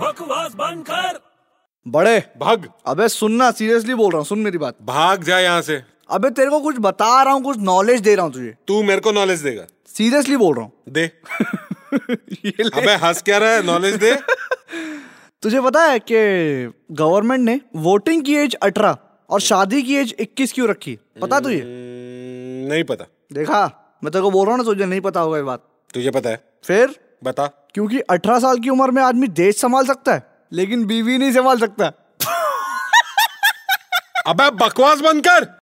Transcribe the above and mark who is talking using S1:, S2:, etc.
S1: बकवास बंद कर
S2: बड़े
S3: भाग
S2: अबे सुनना सीरियसली बोल रहा हूँ सुन मेरी बात
S3: भाग जा यहाँ से
S2: अबे तेरे को कुछ बता रहा हूँ कुछ नॉलेज दे रहा हूँ तुझे
S3: तू मेरे को नॉलेज देगा
S2: सीरियसली बोल रहा हूँ
S3: दे
S2: ये ले।
S3: अबे हंस क्या रहा है नॉलेज दे
S2: तुझे पता है कि गवर्नमेंट ने वोटिंग की एज अठारह और शादी की एज इक्कीस क्यों रखी पता है तुझे
S3: हम्म, नहीं पता
S2: देखा मैं तेरे को बोल रहा हूँ ना तुझे नहीं पता होगा ये बात
S3: तुझे पता है
S2: फिर
S3: बता
S2: क्योंकि अठारह साल की उम्र में आदमी देश संभाल सकता है लेकिन बीवी नहीं संभाल सकता
S3: अबे बकवास बंद कर